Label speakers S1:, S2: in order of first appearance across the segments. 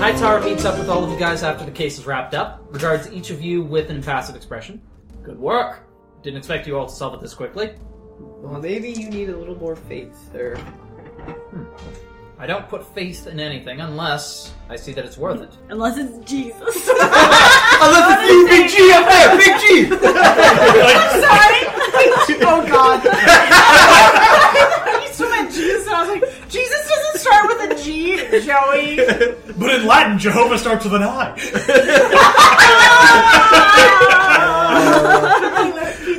S1: Hightower meets up with all of you guys after the case is wrapped up, regards each of you with an impassive expression. Good work! Didn't expect you all to solve it this quickly.
S2: Well, maybe you need a little more faith there.
S1: I don't put faith in anything unless I see that it's worth it.
S3: Unless it's Jesus.
S4: Unless it's you, Big G up there, Big G.
S3: I'm sorry. oh God. I used to meant Jesus, and I was like, Jesus doesn't start with a G, Joey.
S5: But in Latin, Jehovah starts with an I.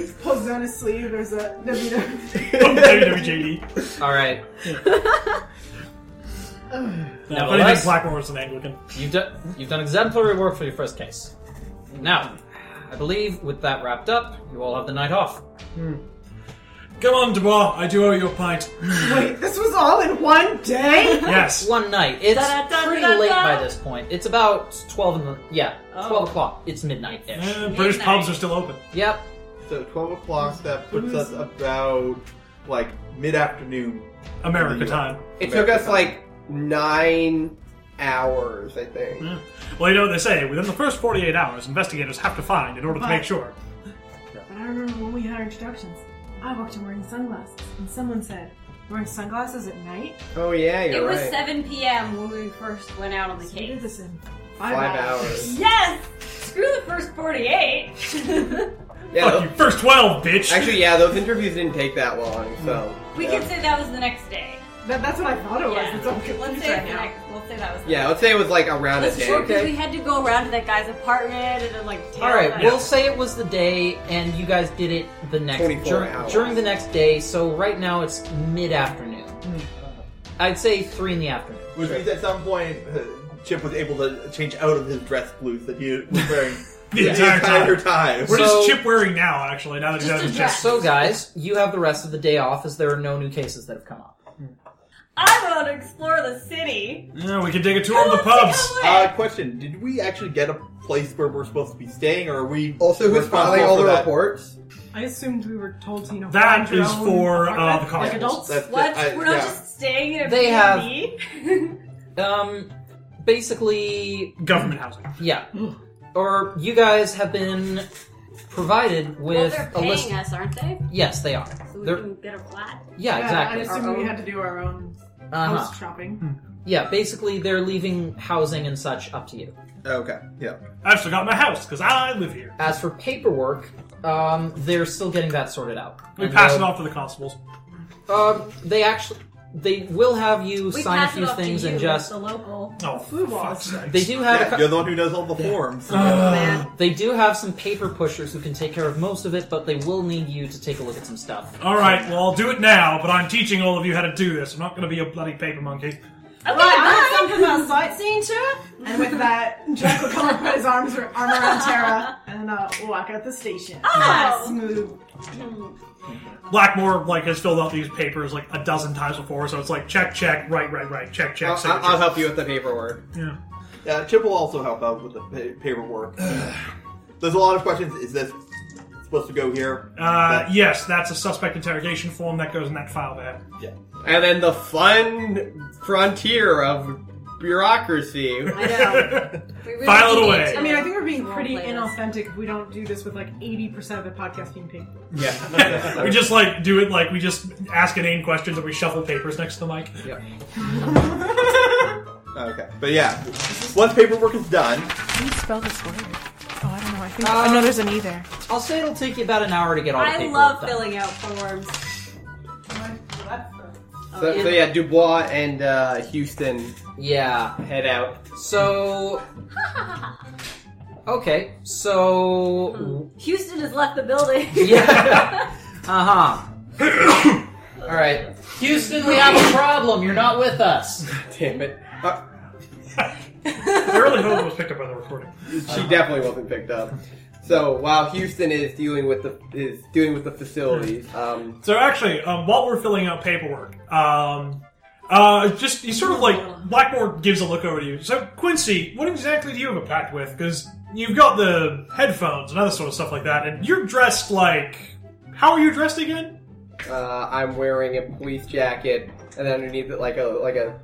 S6: he pulls down his sleeve. There's a WW.
S5: WWJD.
S1: Alright,
S5: No, but I
S1: Nevertheless-
S5: think Blackmore was an Anglican.
S1: you've, do- you've done exemplary work for your first case. Now, I believe with that wrapped up, you all have the night off.
S5: Come on, Dubois, I do owe you a pint.
S6: Wait, this was all in one day?
S5: Yes.
S1: One night. It's
S3: Da-da-da-da-da.
S1: pretty late by this point. It's about 12 in the, yeah,
S4: Oh.
S1: 12 o'clock. It's midnight ish.
S4: Mm.
S5: Eh, British pubs are still open.
S1: Yep.
S4: So twelve o'clock. That puts us about like mid-afternoon.
S5: America time.
S2: It took us like nine hours, I think.
S5: Well, you know what they say. Within the first 48 hours, investigators have to find in order to make sure.
S6: But I remember when we had our introductions. I walked in wearing sunglasses, and someone said, "Wearing sunglasses at night?
S2: Oh yeah,
S7: It
S2: you're
S7: was
S2: right.
S7: 7 p.m. when we first went out on the
S6: So we did
S7: case.
S6: this in five,
S2: Five
S6: hours."
S2: hours.
S7: Yes! Screw the first 48!
S2: Yeah.
S5: Fuck you, first 12, bitch!
S2: Actually, yeah, those interviews didn't take that long, so
S7: we
S2: yeah.
S7: could say that was the next day.
S6: That, that's what I thought it was.
S7: Yeah.
S6: It's all confused
S7: Let's say,
S6: right
S7: the
S6: now.
S7: next, let's say that was the
S2: yeah, let's say it was like around a
S7: That's
S2: day.
S7: true, because we had to go around to that guy's apartment and then, like, tail
S1: All right,
S7: him.
S1: we'll say it was the day, and you guys did it the next
S2: 24
S1: dur-
S2: hours.
S1: during the next day. So right now it's mid afternoon.
S7: Hmm.
S1: I'd say three in the afternoon.
S4: Which means at some point, uh, Chip was able to change out of his dress blues that he was wearing
S5: The entire time.
S4: time.
S5: What is
S1: So-
S5: Chip wearing now, actually, now that he's out of his chest?
S1: So guys, you have the rest of the day off, as there are no new cases that have come up.
S7: I want to explore the city.
S5: Yeah, we can take a tour of the
S7: Take
S5: pubs.
S7: a
S4: Uh,
S7: look.
S4: question: Did we actually get a place where we're supposed to be staying, or are we
S2: Also, who's
S4: responsible
S2: filing all
S4: for
S2: the
S4: that?
S2: reports?
S6: I assumed we were told to, you know,
S5: That
S6: find your
S5: is
S6: own
S5: for, uh, the
S6: apartment, Like
S5: constables.
S6: adults?
S4: That's
S7: What?
S4: it. I-
S7: We're not
S4: yeah.
S7: just staying in a
S1: They have-
S7: B&B?
S1: Um, basically,
S5: Government housing.
S1: yeah.
S7: Hmm.
S1: Or you guys have been provided
S7: Well,
S1: with
S7: they're
S1: a list.
S7: paying us, aren't they?
S1: Yes, they are.
S7: So we
S1: They're-
S7: can get a flat.
S1: Yeah,
S6: Yeah, I
S1: exactly.
S6: assumed
S7: Our
S6: we
S7: own-
S6: had to do our own
S1: Uh-huh.
S6: house shopping.
S1: Yeah, basically they're leaving housing and such up to you.
S4: Okay. Yeah.
S5: I've still got my house, because I live here.
S1: As for paperwork, um, they're still getting that sorted out.
S5: We
S1: And
S5: pass it
S1: they'll-
S5: off to the constables.
S1: Um, they actually, they will have you
S7: We
S1: sign a
S7: pass it
S1: few
S7: off to
S1: things
S7: you,
S1: and
S7: as
S1: just.
S7: the local.
S5: Oh,
S6: Blue balls.
S5: fuck's sake.
S1: They do have. a
S4: Yeah,
S1: cou-
S4: you're the one who knows all the forms.
S7: Uh,
S1: they do have some paper pushers who can take care of most of it, but they will need you to take a look at some stuff.
S5: All right, well, I'll do it now, but I'm teaching all of you how to do this. I'm not going to be a bloody paper monkey.
S7: Okay,
S6: Right,
S7: bye.
S6: I'm something about sightseeing too. And with that, Jack will come and put his arms ar- arm around Tara and uh, walk out the station.
S7: Oh.
S6: Smooth.
S5: Blackmore like has filled out these papers like a dozen times before, so it's like check, check, right, right, right, check, check.
S2: I'll,
S5: signature.
S2: I'll help you with the paperwork.
S5: Yeah.
S4: Yeah, Chip will also help out with the pa- paperwork. There's a lot of questions. Is this supposed to go here?
S5: Uh, yes, that's a suspect interrogation form that goes in that file there.
S4: yeah.
S2: And then the fun frontier of bureaucracy.
S7: I know. We really
S5: File it
S7: need
S5: away.
S7: to-
S6: I mean, I think we're being
S7: Role
S6: pretty
S7: players.
S6: inauthentic if we don't do this with like 80% of the podcast being paid for.
S5: we just like do it like we just ask inane questions and we shuffle papers next to the mic.
S4: Okay. But yeah, once paperwork is done,
S6: How do you spell this word? Oh, I don't know. I think.
S1: Uh, oh, no,
S6: there's an E there.
S1: I'll say it'll take you about an hour to get all the
S7: I
S1: paperwork
S7: love
S1: done.
S7: filling out forms. Oh,
S2: So, so yeah, Dubois and uh, Houston
S1: Yeah.
S2: head out.
S1: So. Okay. So.
S7: Houston has left the building.
S1: Yeah.
S7: Hmm.
S1: Uh huh. uh-huh. All right, Houston, we have a problem. You're not with us.
S2: Damn it. Uh,
S5: I really hope it was picked up by the recording.
S2: she definitely wasn't picked up. So while Houston is dealing with the is dealing with the facilities, um,
S5: So actually, um, while we're filling out paperwork, um, uh, just he sort of like Blackmore gives a look over to you. So Quincy, what exactly do you have a pact with? Because you've got the headphones and other sort of stuff like that, and you're dressed like how are you dressed again?
S2: uh, I'm wearing a police jacket, and underneath it like a like a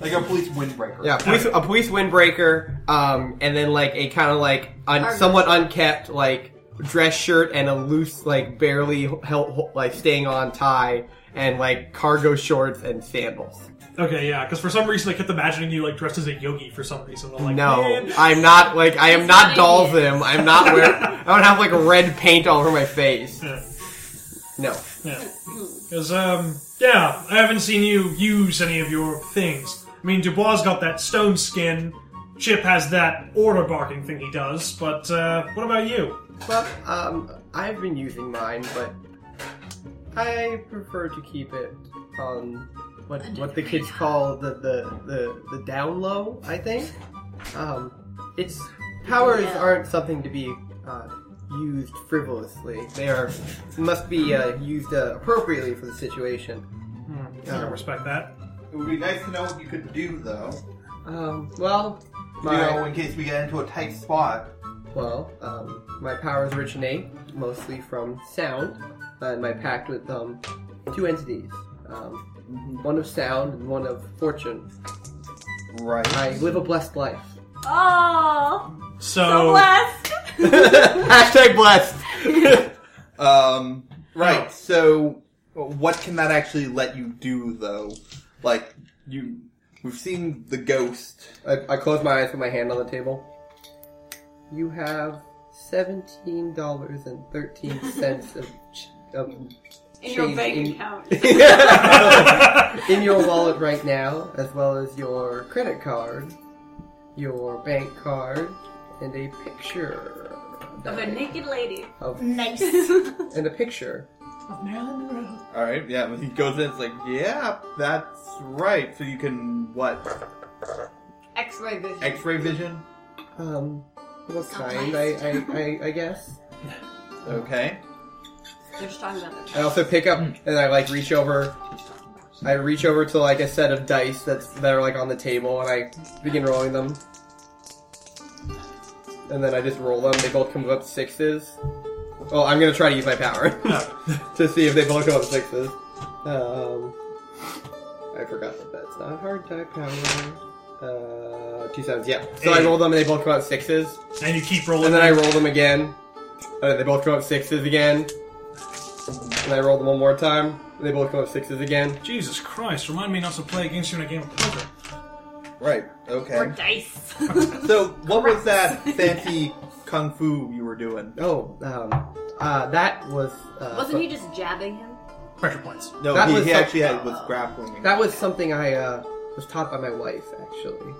S4: Like a police windbreaker.
S2: Yeah, police, a police windbreaker, um, and then like a kind of like un,
S7: Armor.
S2: somewhat unkept like dress shirt and a loose like barely held, like staying on tie and like cargo shorts and sandals.
S5: Okay, yeah, because for some reason I kept imagining you like dressed as a yogi for some reason. I'm like,
S2: No,
S5: man.
S2: I'm not like I am
S7: It's
S2: not
S7: not
S2: doll
S7: Indian.
S2: them. I'm not wearing. I don't have like red paint all over my face.
S5: Yeah.
S2: No,
S5: Because, um, yeah, I haven't seen you use any of your things. I mean, Dubois got that stone skin. Chip has that order barking thing he does, but uh, what about you?
S2: well, um, I've been using mine, but I prefer to keep it on what what the kids call the the the, the down low. I think. Um, its powers
S7: Yeah.
S2: aren't something to be uh, used frivolously. They are must be uh, used uh, appropriately for the situation.
S5: Hmm, I
S2: Um,
S5: don't respect that.
S4: It would be nice to know what you could do, though.
S2: um, well,
S4: You
S2: my.
S4: know, in case we get into a tight spot.
S2: Well, um, my powers originate mostly from sound, and my pact with um, two entities. Um, one of sound and one of fortune.
S4: Right.
S2: I live a blessed life.
S7: Oh, so
S5: So,
S7: blessed.
S2: Hashtag blessed.
S4: Um, right. So, what can that actually let you do, though? Like, you, we've seen the ghost.
S2: I, I close my eyes with my hand on the table. You have seventeen dollars and thirteen cents of, ch- of
S7: In your
S2: change
S7: bank
S2: in-
S7: account.
S2: in your wallet right now, as well as your credit card, your bank card, and a picture
S7: Of a naked lady.
S2: of-
S7: Nice.
S2: and a picture.
S3: Of Marilyn Monroe.
S4: All right. Yeah. He goes in. It's like, yeah, that's right. So you can what?
S7: X-ray vision.
S4: X-ray vision.
S2: Um, what kind? I, I, I, I guess.
S4: Mm-hmm. Okay.
S7: They're just talking about
S2: I also pick up and I like reach over. I reach over to like a set of dice that's that are like on the table, and I begin rolling them. And then I just roll them. They both come up sixes. Well, I'm gonna try to use my power. to see if they both go up sixes. Um, I forgot that that's not hard type power. Uh, two sevens, yeah. So I
S5: Eight.
S2: roll them and they both come out sixers,
S5: and you keep rolling.
S2: and then I roll them again. Uh, they both come out sixes again, and I roll them one more time. And they both come out sixes again.
S5: Jesus Christ, remind me not to play against you in a game of poker.
S4: Right.
S7: Or
S4: Okay.
S7: dice.
S4: So, what was that fancy kung fu you were doing?
S2: Oh, um, uh, that was uh,
S7: Wasn't he just jabbing him?
S5: Pressure points.
S4: No,
S2: That
S4: he,
S2: was
S4: he
S2: some-
S4: actually had, was grappling.
S2: that was something I uh, was taught by my wife actually.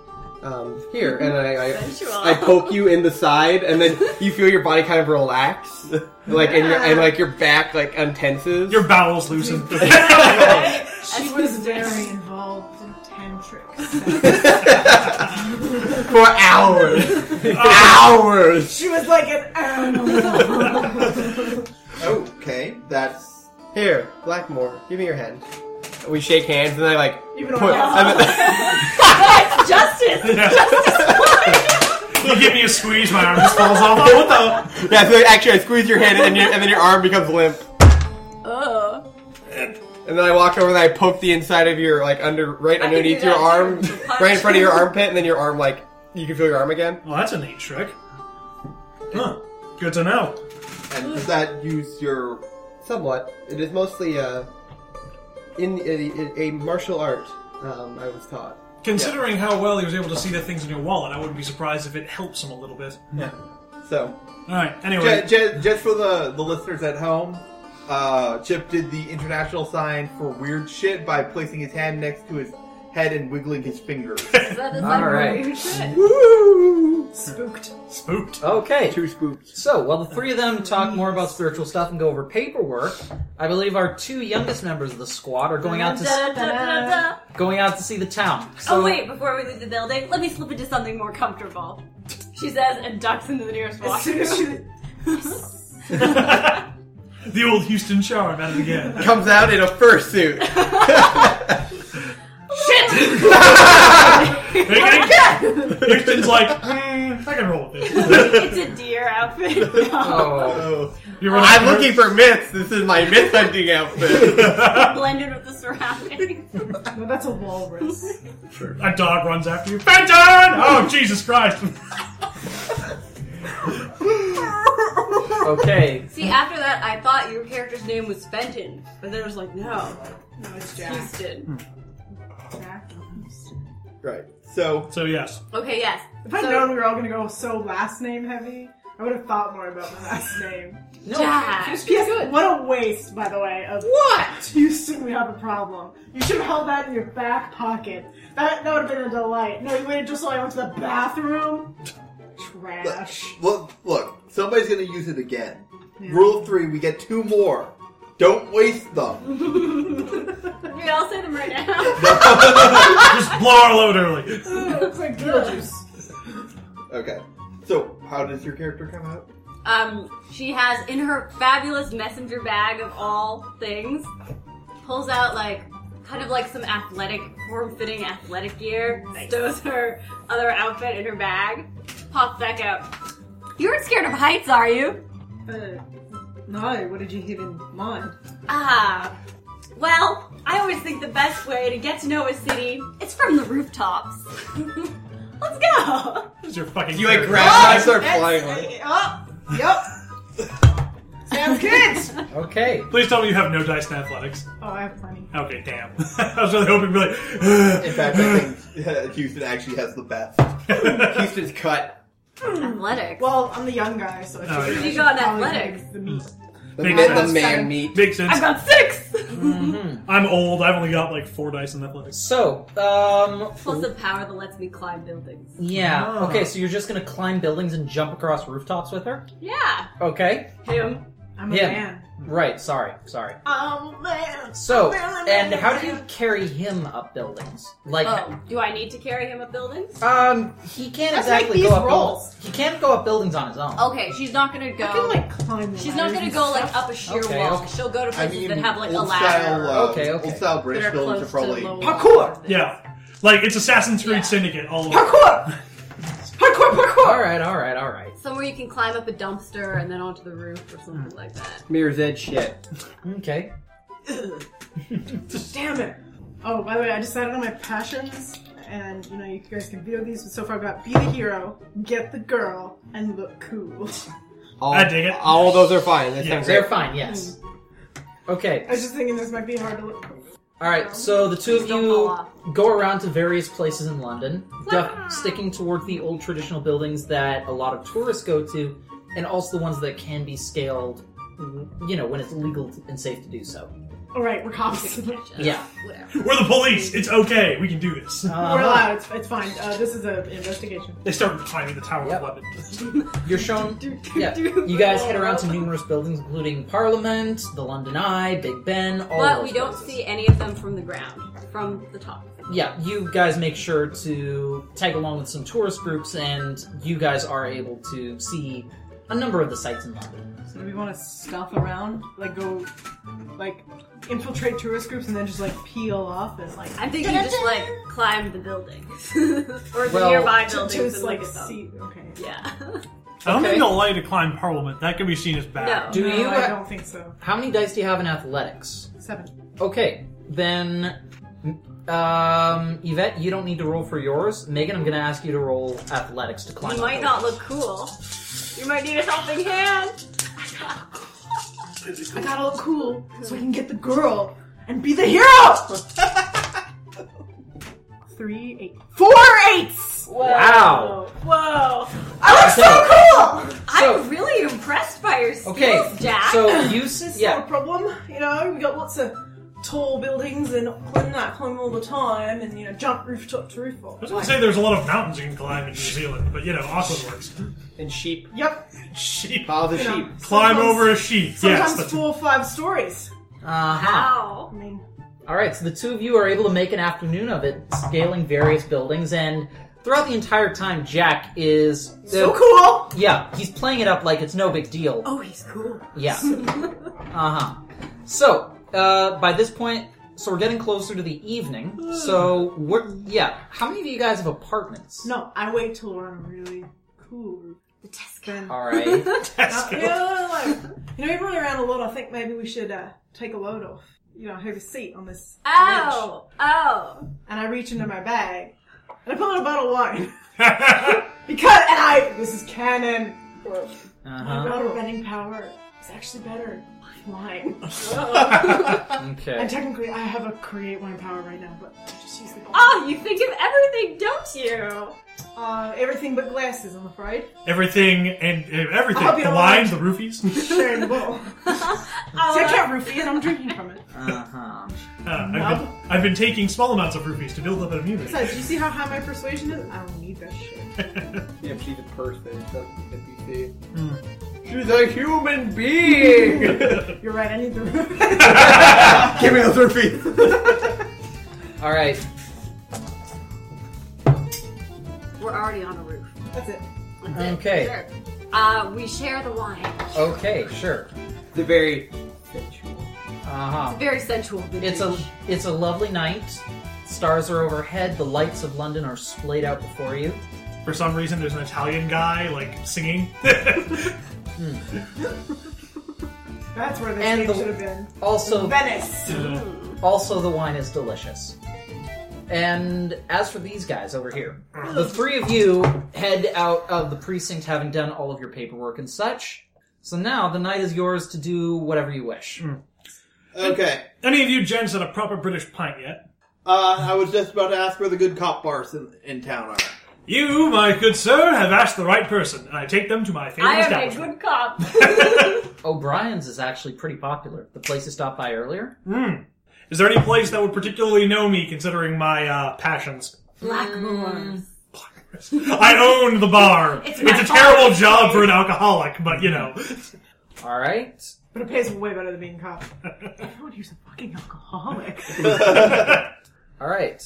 S2: Um, here and I, I
S7: Sensual.
S2: I poke you in the side, and then you feel your body kind of relax, like and, your, and like your back like untenses.
S5: Your bowels loosen.
S6: She was very involved in tantric.
S2: for hours, hours.
S3: She was like an animal.
S4: Okay, that's
S2: Here, Blackmore, give me your hand. We shake hands, and I like
S3: Even though
S2: put.
S3: I-
S7: That's justice.
S5: you give me a squeeze, my arm just falls off. Oh, what the?
S2: yeah, so actually, I squeeze your hand, and, your, and then your arm becomes limp.
S7: Oh.
S2: And then I walk over and I poke the inside of your like under right
S7: I can
S2: underneath
S7: do
S2: your
S7: that
S2: arm,
S7: too.
S2: right in front of your armpit, and then your arm like you can feel your arm again.
S5: Well, that's a neat trick. Huh. Good to know.
S4: and does that use your
S2: Somewhat. It is mostly uh, in a, a martial art. Um, I was taught.
S5: Considering how well he was able to see the things in your wallet, I wouldn't be surprised if it helps him a little bit.
S4: yeah. So
S5: Alright, anyway.
S4: ju- ju- just for the the listeners at home, uh, Chip did the international sign for weird shit by placing his hand next to his head and wiggling his fingers.
S7: That is
S1: All
S7: like
S1: right.
S7: weird shit.
S3: spooked.
S5: Spooked.
S1: Okay.
S2: Two spoops.
S1: So, while the three of them talk more about spiritual stuff and go over paperwork, I believe our two youngest members of the squad are going out to s-
S7: Da-da-da-da-da.
S1: going out to see the town. So,
S7: Oh wait, before we leave the building, let me slip into something more comfortable. She says and ducks into the nearest
S3: As soon as
S7: washroom.
S3: she
S5: The old Houston shower, I'm at it again.
S2: Comes out in a fursuit.
S7: Shit!
S5: Hey, hey, Houston's like, mm, I can roll with this.
S7: it's a deer outfit. No.
S3: Oh.
S4: Oh,
S5: You're
S2: I'm looking for myths. This is my myth hunting outfit.
S7: Blended with the surroundings.
S6: No, that's a walrus.
S5: A dog runs after you. Fenton! Oh, Jesus Christ.
S1: Okay.
S7: See, after that, I thought your character's name was Fenton, but then I was like, no,
S6: No, it's Jack.
S3: Hmm.
S7: Houston.
S6: Jack.
S2: right. So
S5: So, yes.
S7: Okay, yes.
S6: If I'd
S7: So-
S6: known we were all gonna go so last name heavy, I would have thought more about my last name.
S1: No,
S7: Jack.
S1: Houston-
S6: P.S. What a waste, by the way. Of
S7: What?
S6: Houston, we have a problem. You should have held that in your back pocket. That that would have been a delight. No, you waited just till I went to the bathroom. Trash.
S4: Look, look, somebody's gonna use it again. Rule three, we get two more. Don't waste them.
S7: We all say them right now.
S5: Just blow our load early.
S6: Looks like Beetlejuice.
S4: Okay. So, how does your character come out?
S7: Um, she has in her fabulous messenger bag of all things, pulls out like kind of like some athletic, form-fitting athletic gear, stows her other outfit in her bag, pops back out. You weren't scared of heights, are you?
S6: Uh, no, what did you have in mind?
S7: Ah, well, I always think the best way to get to know a city is from the rooftops. Let's go.
S5: This is your fucking
S2: you like
S5: character.
S2: grab and I start flying away.
S6: Hey, oh, yep. Sounds good.
S1: Okay.
S5: Please tell me you have no dice in athletics.
S6: Oh, I have plenty.
S5: Okay, damn. I was really hoping, to be
S4: In fact, I think Houston actually has the best.
S5: like,
S2: Houston's cut.
S7: Athletics.
S6: Well, I'm the young guy, so I
S5: Oh, yeah.
S6: figured I
S7: You got
S6: should probably
S7: athletics.
S6: take The meat.
S2: The,
S5: Makes
S2: man- the
S5: sense.
S2: man meat.
S5: makes sense.
S7: I've got six Mm.
S5: I'm old. I've only got like four dice in athletics.
S1: Mm-hmm. So, um,
S7: plus a power that lets me climb buildings.
S1: yeah.
S5: Ah.
S1: Okay, so you're just gonna climb buildings and jump across rooftops with her?
S7: Yeah,
S1: Okay.
S7: him.
S6: I'm a
S1: Yeah.
S6: man.
S1: Right. Sorry. Sorry.
S6: I'm a Oh, man.
S7: Oh,
S1: So, and how do you carry him up buildings? Like,
S7: Oh, do I need to carry him up buildings?
S1: um, he can't
S6: Let's make
S1: exactly
S6: these
S1: go up.
S6: rolls.
S1: Buildings. He can't go up buildings on his own.
S7: Okay, she's not gonna
S6: I can
S7: go.
S6: like climb. the
S7: she's not
S6: ladders
S7: gonna
S6: and
S7: go like
S6: stuff.
S7: up a sheer
S1: Okay,
S7: wall.
S1: okay.
S7: She'll go to
S4: I
S7: places
S4: mean,
S7: that have like a
S4: old
S7: ladder.
S4: style, uh,
S1: Okay, okay.
S4: old style
S7: that
S4: British
S7: are
S4: buildings are
S7: close
S4: probably.
S7: to lower
S6: Parkour!
S7: buildings.
S5: Yeah. Like, it's Assassin's Creed
S7: Yeah.
S5: Syndicate all over.
S6: Parkour! Parkour!
S1: All
S6: Parkour!
S1: right. All right. All right.
S7: Somewhere you can climb up a dumpster and then onto the roof or something like that.
S2: Mirror's Edge shit.
S1: Okay.
S6: Damn it! Oh, by the way, I decided on my passions, and you know you guys can video these. But so far, I've got be the hero, get the girl, and look cool.
S2: All,
S5: I dig it.
S2: All those are fine. That
S5: Yeah.
S2: sounds
S1: They're
S2: great.
S1: fine. Yes. Okay.
S6: I was just thinking this might be hard to look.
S1: All right, so the two of
S7: Please don't fall
S1: you
S7: off.
S1: go around to various places in London, duck, sticking towards the old traditional buildings that a lot of tourists go to, and also the ones that can be scaled, you know, when it's legal and safe to do so.
S6: All right, we're cops. We're
S1: Yeah.
S7: Whatever.
S5: We're the police. It's okay. We can do this.
S1: Uh,
S6: allowed. It's, it's fine. Uh, this is an investigation.
S5: They start climbing the Tower
S1: Yep.
S5: of London.
S1: you're shown. Yeah. You guys head around to numerous buildings, including Parliament, the London Eye, Big Ben, all
S7: But
S1: those
S7: we don't
S1: places.
S7: see any of them from the ground, from the top.
S1: Yeah, you guys make sure to tag along with some tourist groups, and you guys are able to see a number of the sites in London.
S6: So do we want to scuff around, like go, like infiltrate tourist groups, and then just like peel off and like
S7: I'm thinking just like climb the buildings or the
S1: Well,
S7: nearby
S6: to
S7: buildings.
S6: just
S7: and
S6: like
S7: look at them.
S6: see. Okay.
S7: Yeah.
S5: I don't
S1: Okay.
S5: think they'll allow you to climb Parliament. That could be seen as bad.
S1: Do
S6: no,
S1: you?
S6: I don't think so.
S1: How many dice do you have in athletics?
S6: Seven.
S1: Okay, then, um, Yvette, you don't need to roll for yours. Megan, I'm going to ask you to roll athletics to climb.
S7: You
S1: up
S7: might
S1: those.
S7: not look cool. You might need a helping hand.
S6: I gotta look cool so I can get the girl and be the hero. Three eight four eights.
S1: Wow.
S7: Whoa.
S6: I look so cool.
S7: I'm really impressed by your skills,
S1: Okay,
S7: Jack.
S1: so you s-
S6: It's
S1: yeah.
S6: not a problem. You know, we got lots of tall buildings and climb that climb all the time, and you know, jump rooftop to rooftop.
S5: I was going to say there's a lot of mountains you can climb in New Zealand, but you know, Auckland works.
S2: And sheep.
S6: Yep.
S5: Sheep.
S2: Follow the
S6: You know,
S2: sheep.
S5: Climb
S6: sometimes-
S5: over a sheep.
S6: Sometimes
S5: yes. that's-
S6: four or five stories.
S1: Uh-huh.
S6: I
S7: Wow.
S6: mean,
S1: All right, so the two of you are able to make an afternoon of it, scaling various buildings, and throughout the entire time, Jack is...
S6: so cool.
S1: Yeah, he's playing it up like it's no big deal.
S7: Oh, he's cool.
S1: Yeah. Uh huh. So, uh, by this point, So we're getting closer to the evening. So what? Yeah. How many of you guys have apartments?
S6: No, I wait till we're on a really cool.
S7: The
S6: Then,
S1: All right.
S5: That's
S6: you know, like, you know, you're running around a lot. I think maybe we should uh, take a load off. You know, have a seat on this. bench.
S7: Oh, oh.
S6: And I reach into my bag and I pull out a bottle of wine
S5: good.
S6: because and I this is canon.
S7: Oh.
S1: Uh-huh.
S6: Water bending power is actually better than wine. And
S1: Okay.
S6: technically, I have a create wine power right now, but I just use the bottle.
S7: Oh, you think of everything, don't you?
S6: Uh, everything but glasses, I'm afraid.
S5: Everything and uh, everything.
S6: I hope you
S5: The
S6: don't
S5: lines, the roofies.
S6: Sharing the bowl.
S7: Oh.
S6: See, I can't roofie it. I'm drinking from it.
S1: Uh huh.
S5: Uh, I've, been, I've been taking small amounts of roofies to build up an immunity.
S6: So, do you see how high my persuasion is? I don't need that shit.
S2: Yeah, but she's a person, she's not an
S5: Hmm.
S2: NPC. She's a human being!
S6: You're right. I need the roof.
S2: Give me those roofies!
S1: All right.
S7: We're already on a roof.
S6: That's it.
S7: That's it.
S1: Okay.
S7: Sure. Uh, we share the wine.
S1: Okay. Sure.
S2: the very sensual.
S1: Uh huh.
S7: Very sensual. vintage.
S1: It's a it's a lovely night. Stars are overhead. The lights of London are splayed out before you.
S5: For some reason, there's an Italian guy like singing.
S6: That's where this
S1: And
S6: game
S1: the-
S6: should have been.
S1: Also,
S6: Venice.
S1: also the wine is delicious. And as for these guys over here, the three of you head out of the precinct having done all of your paperwork and such. So now the night is yours to do whatever you wish.
S4: Okay.
S5: Any of you gents had a proper British pint yet?
S4: Uh, I was just about to ask where the good cop bars in, in town are.
S5: You, my good sir, have asked the right person, and I take them to my favorite
S7: I am a
S5: establishment.
S7: good cop.
S1: O'Brien's is actually pretty popular. The place you stopped by earlier.
S5: Hmm. Is there any place that would particularly know me, considering my uh, passions?
S7: Blackmoor.
S5: I own the bar.
S7: It's
S5: It's,
S7: my
S5: a terrible
S7: father's
S5: job
S7: name.
S5: for an alcoholic, but you know.
S1: All right.
S6: But it pays way better than being cop. Everyone here's a fucking alcoholic.
S1: All right.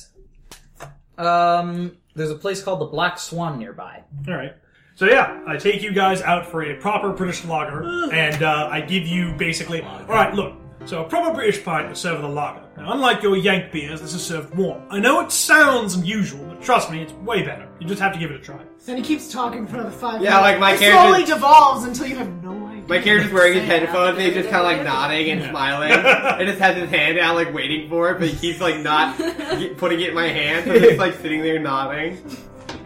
S1: Um, there's a place called the Black Swan nearby.
S5: All right. So yeah, I take you guys out for a proper British lager, and uh, I give you basically, all right, look. So a proper British pint is served with a lager. Now, unlike your Yank beers, this is served warm. I know it sounds unusual, but trust me, it's way better. You just have to give it a try.
S6: Then he keeps talking for another five
S2: Yeah,
S6: minutes.
S2: like my
S6: it
S2: character-
S6: slowly devolves until you have no idea.
S2: My character's wearing his headphones and he's just kind of like nodding and smiling and just has his hand out like waiting for it, but he keeps like not ge- putting it in my hand, so he's like sitting there nodding.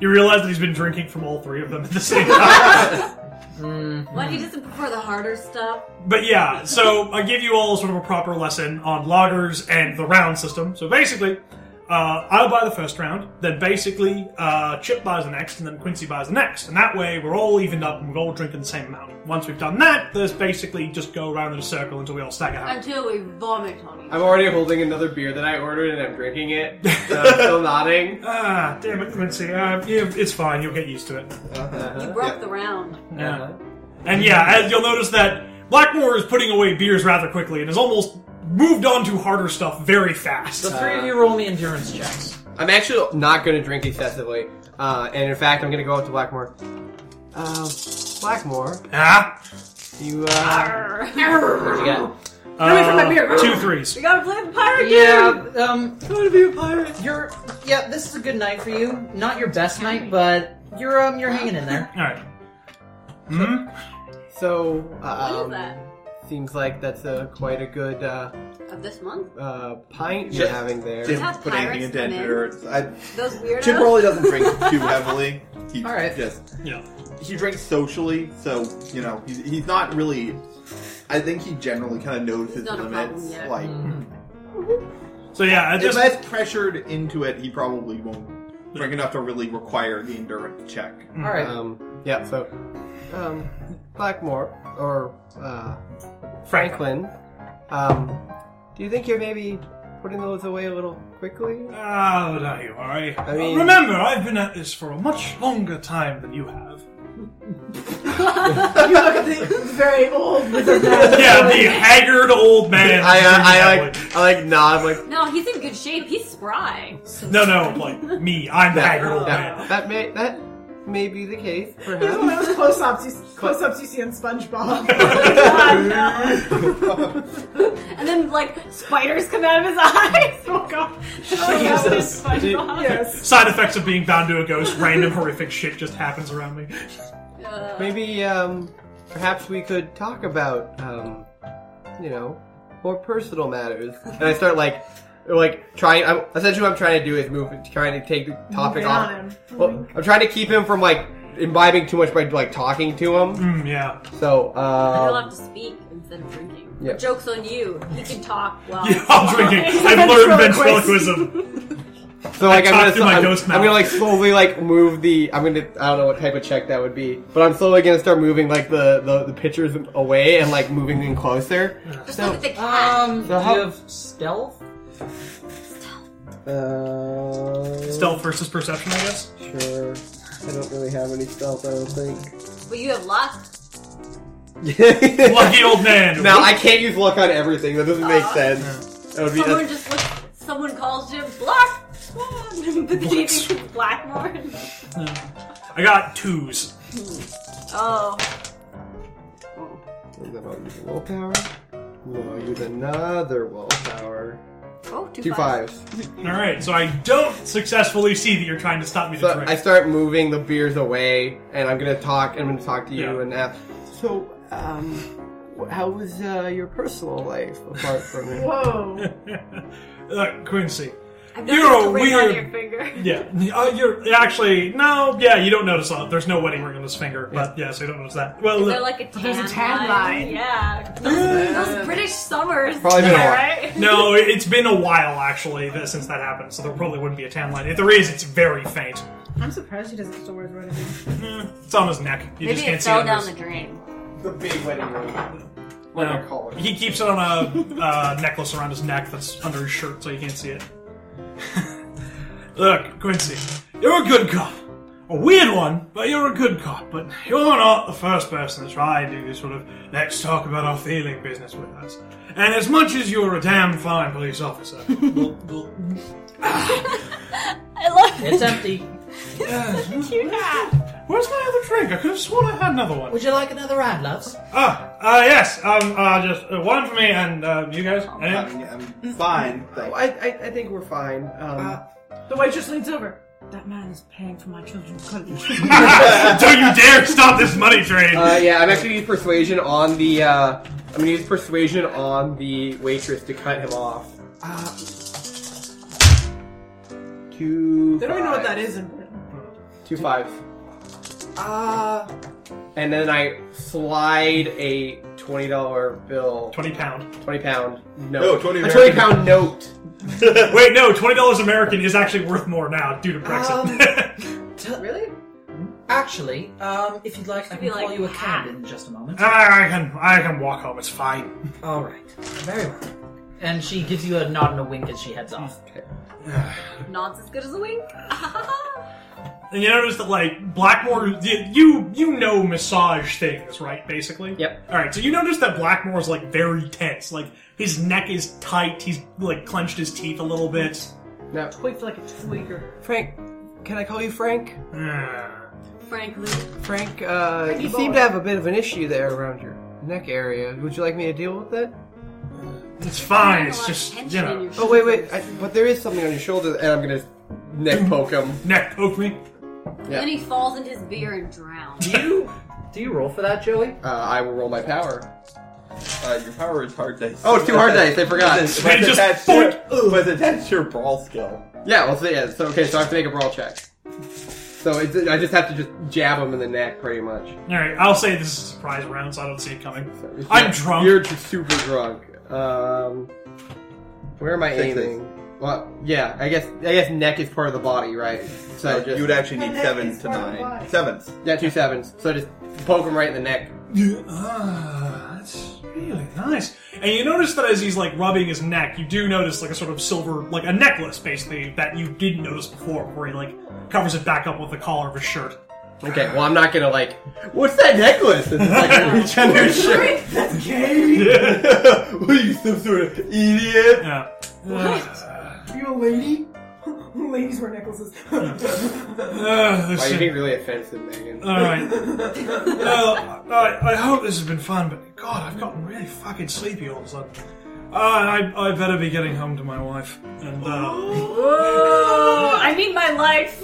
S5: You realize that he's been drinking from all three of them at the same time.
S7: What he doesn't prefer the harder stuff.
S5: but yeah, so I give you all sort of a proper lesson on lagers and the round system. So basically, uh, I'll buy the first round, then basically uh, Chip buys the next, and then Quincy buys the next. And that way, we're all evened up and we're all drinking the same amount. Once we've done that, there's basically just go around in a circle until we all stagger out.
S7: Until we vomit on each
S2: I'm already holding another beer that I ordered and I'm drinking it, so I'm still nodding.
S5: Ah, damn it, Quincy. Uh, yeah, it's fine. You'll get used to it.
S7: You broke the round.
S2: Uh-huh.
S5: Yeah. And yeah, as you'll notice that Blackmore is putting away beers rather quickly and has almost moved on to harder stuff very fast.
S1: The three of you roll me endurance checks.
S2: I'm actually not going to drink excessively, uh, and in fact, I'm going to go up to Blackmore. Uh, Blackmore,
S5: Ah,
S2: you, uh,
S1: What you got?
S5: uh, two threes.
S7: We gotta play the pirate game.
S1: Yeah, um,
S2: I want to be a pirate.
S1: you're, yeah, this is a good night for you. Not your best night, but you're, um, you're hanging in there.
S5: All right. Hmm.
S2: So,
S7: What is
S2: um,
S7: that?
S2: seems like that's a quite a good, uh,
S7: Of this month?
S2: uh, pint you're
S4: Yeah.
S2: having there.
S4: Didn't
S7: Have
S4: put anything
S7: pirates
S4: into
S7: come in?
S4: it. or- I-
S7: Those weirdos.
S4: Chip Rolly doesn't drink too heavily. He
S1: All right.
S4: just
S5: Yeah.
S4: he drinks socially, so you know he's, he's not really. I think he generally kind of knows his
S7: not a problem
S4: limits.
S7: yet.
S4: Like
S5: So yeah, I just
S4: unless pressured into it, he probably won't drink enough to really require the endurance check.
S1: All right.
S2: Um, yeah, so, um, Blackmore, or, uh,
S5: Franklin.
S2: Franklin, um, do you think you're maybe putting those away a little quickly?
S5: Oh, there you are. eh?
S2: I mean-
S5: remember, I've been at this for a much longer time than you have.
S6: you look at the very old wizard man.
S5: yeah, the haggard old man.
S2: I, uh, I like, I like nod, I'm like,
S7: No, he's in good shape. He's spry.
S5: No, no, like me. I'm the haggard old
S2: Yeah,
S5: man.
S2: that may that may be the case,
S6: He's one
S2: perhaps.
S6: of those close ups you, close ups you see in SpongeBob. Oh,
S7: And then like spiders come out of his eyes.
S6: oh god.
S1: Jesus.
S6: SpongeBob. Yes.
S5: Side effects of being bound to a ghost, random horrific shit just happens around me.
S7: Uh,
S2: Maybe, um, perhaps we could talk about, um, you know, more personal matters. And I start like, like trying. I'm, essentially, what I'm trying to do is move, trying to take the topic
S6: Moving on
S2: off.
S6: him.
S2: Well, I'm trying to keep him from like imbibing too much by like talking to him.
S5: Mm, yeah.
S2: So,
S7: Uh, He'll
S2: um,
S7: have to speak instead of drinking.
S2: Yeah.
S7: Joke's on you. He can talk while
S5: Yeah, I'm drinking. I've learned ventriloquism.
S2: so like
S5: I
S2: I'm
S5: talked
S2: gonna,
S5: through my
S2: I'm,
S5: ghost
S2: I'm
S5: mouth.
S2: gonna like slowly like move the. I'm gonna. I don't know what type of check that would be, but I'm slowly gonna start moving like the the, the pictures away and like moving in closer.
S7: Just
S2: So,
S7: look at the cat.
S1: Um,
S2: So
S1: do
S2: how-
S1: you have stealth?
S2: Uh,
S5: Stealth versus perception, I guess.
S2: Sure. I don't really have any stealth. I don't
S7: But you have luck.
S2: think.
S5: Lucky old man.
S2: Now I can't use luck on everything. That doesn't make
S7: Aw.
S2: sense. That would be.
S7: Someone
S2: That's,
S7: just looks. Someone calls Jim Black. but then he thinks it's Blackmore.
S5: I got twos.
S7: Oh,
S2: then I'll use a willpower. Then I'll use another willpower.
S7: oh, two
S2: Two fives.
S5: All right, so I don't successfully see that you're trying to stop me to
S2: So I
S5: drink.
S2: start moving the beers away, and I'm gonna talk. I'm gonna talk to you
S5: Yeah.
S2: and ask. So, um, wh- how was uh, your personal life apart from it?
S6: Whoa.
S5: Look, Uh, Quincy.
S7: I've
S5: You're
S7: noticed
S5: a
S7: a ring on
S5: weird-
S7: your finger.
S5: Yeah, uh, you're actually no. Yeah, you don't notice. Uh, there's no wedding ring on this finger, but yeah, so you don't notice that. Well,
S7: Is there
S5: look,
S7: like a tan
S6: there's a
S1: Uh,
S6: tan line.
S7: Yeah, those, those British summers.
S2: Probably been a
S7: Am I
S2: while.
S7: right?
S5: no, it- it's been a while actually that, since that happened, so there probably wouldn't be a tan line. If there is, it's very faint.
S6: I'm surprised he doesn't still wear the anything.
S5: Mm, it's on his neck. You
S7: Maybe
S5: just
S7: it
S5: can't
S7: fell
S5: see
S7: down
S5: it.
S7: the drain.
S2: The big wedding room.
S5: Like a He keeps it on a uh, necklace around his neck that's under his shirt, so you can't see it. Look, Quincy, you're a good cop. A weird one, but you're a good cop. But you're not the first person to try and do this sort of let's talk about our feeling business with us. And as much as you're a damn fine police officer, we'll, we'll,
S7: I love
S1: It's empty.
S5: where's my other drink? I could have sworn I had another one.
S1: Would you like another round, loves?
S5: Ah, uh, yes. Um, uh, just uh, one for me and uh, you guys.
S4: I
S5: Anything?
S4: mean, I'm fine.
S2: I,
S4: Thanks.
S2: I, I think we're fine. Um,
S6: The waitress leans over. That man is paying for my children's college.
S5: Ah, Don't you dare stop this money train!
S2: Uh, yeah, I'm actually gonna use persuasion on the. Uh, I'm gonna use persuasion on the waitress to cut him off. Two.
S6: they don't even know what
S2: fives.
S6: that is in Britain.
S2: Two fives. Ah. and then I slide a twenty dollar bill,
S5: Twenty pound.
S2: twenty pound note,
S4: No, 20
S2: a twenty pound note.
S5: Wait, no, twenty dollars American is actually worth more now due to Brexit.
S6: Really?
S1: Actually, um, if you'd like, I
S7: Should
S1: can
S7: be
S1: call
S7: like
S1: you a
S7: half.
S1: cab in just a moment.
S5: I, I can I can walk home. It's fine.
S1: All right, very well. And she gives you a nod and a wink as she heads off.
S7: Nods as good as a wink.
S5: And you notice that like Blackmore, y- you you know massage things, right? Basically.
S2: Yep.
S5: All right. So you notice that Blackmore's like very tense. Like his neck is tight. He's like clenched his teeth a little bit.
S2: Now,
S6: Tweaked like a tweaker.
S2: Frank, can I call you Frank?
S5: Mm.
S7: Frankly,
S2: Frank, uh, you
S6: Frankie
S2: seem
S6: Boy.
S2: to have a bit of an issue there around your neck area. Would you like me to deal with it?
S5: It's
S7: I
S5: fine.
S7: don't
S5: Ah, It's
S7: want
S5: just
S7: tension
S5: you
S7: in
S5: know
S7: your
S2: Oh wait, wait, I, but there is something on your shoulder, and I'm gonna neck poke him.
S5: neck oh, poke me.
S2: Yeah.
S7: Then he falls into his beer and drowns.
S1: Do you do you roll for that, Joey?
S2: Uh, I will roll my power.
S4: Uh, your power is hard dice.
S2: Oh, it's two hard dice. I forgot.
S4: But it's, but it's
S5: Just
S4: attached to,
S5: boink.
S4: but it's attached to your brawl skill.
S2: Yeah, well, so, yeah. So okay, so I have to make a brawl check. So it's, I just have to just jab him in the neck, pretty much.
S5: All right. I'll say this is a surprise round, so I don't see it coming.
S2: So it's-
S5: I'm drunk.
S2: You're tr- super drunk. Um, where am I
S4: Sixes.
S2: aiming? Well, yeah, I guess I guess neck is part of the body, right? So
S4: So
S2: just
S4: you would actually need
S6: And that
S4: seven
S6: is
S4: to
S6: part of
S4: nine.
S6: life.
S4: Sevens.
S2: yeah, two sevens. So just poke him right in the neck.
S5: Yeah, ah, that's really nice. And you notice that as he's like rubbing his neck, you do notice like a sort of silver, like a necklace, basically that you didn't notice before, where he like covers it back up with the collar of his shirt.
S2: Okay, well, I'm not gonna like. What's that necklace? And it's like I reach under his shirt.
S6: That's gay.
S5: Ah,
S2: what are you, some sort of idiot?
S5: Yeah.
S6: What?
S5: Uh,
S6: You a lady? Ladies wear necklaces.
S5: Uh,
S2: Why
S5: this
S2: are you
S5: is-
S2: being really offensive, Megan?
S5: all right. Well, I, I hope this has been fun, but God, I've gotten really fucking sleepy all of a sudden. Uh, I, I better be getting home to my wife. And
S2: Oh.
S5: uh,
S7: Whoa! Oh, I need my life.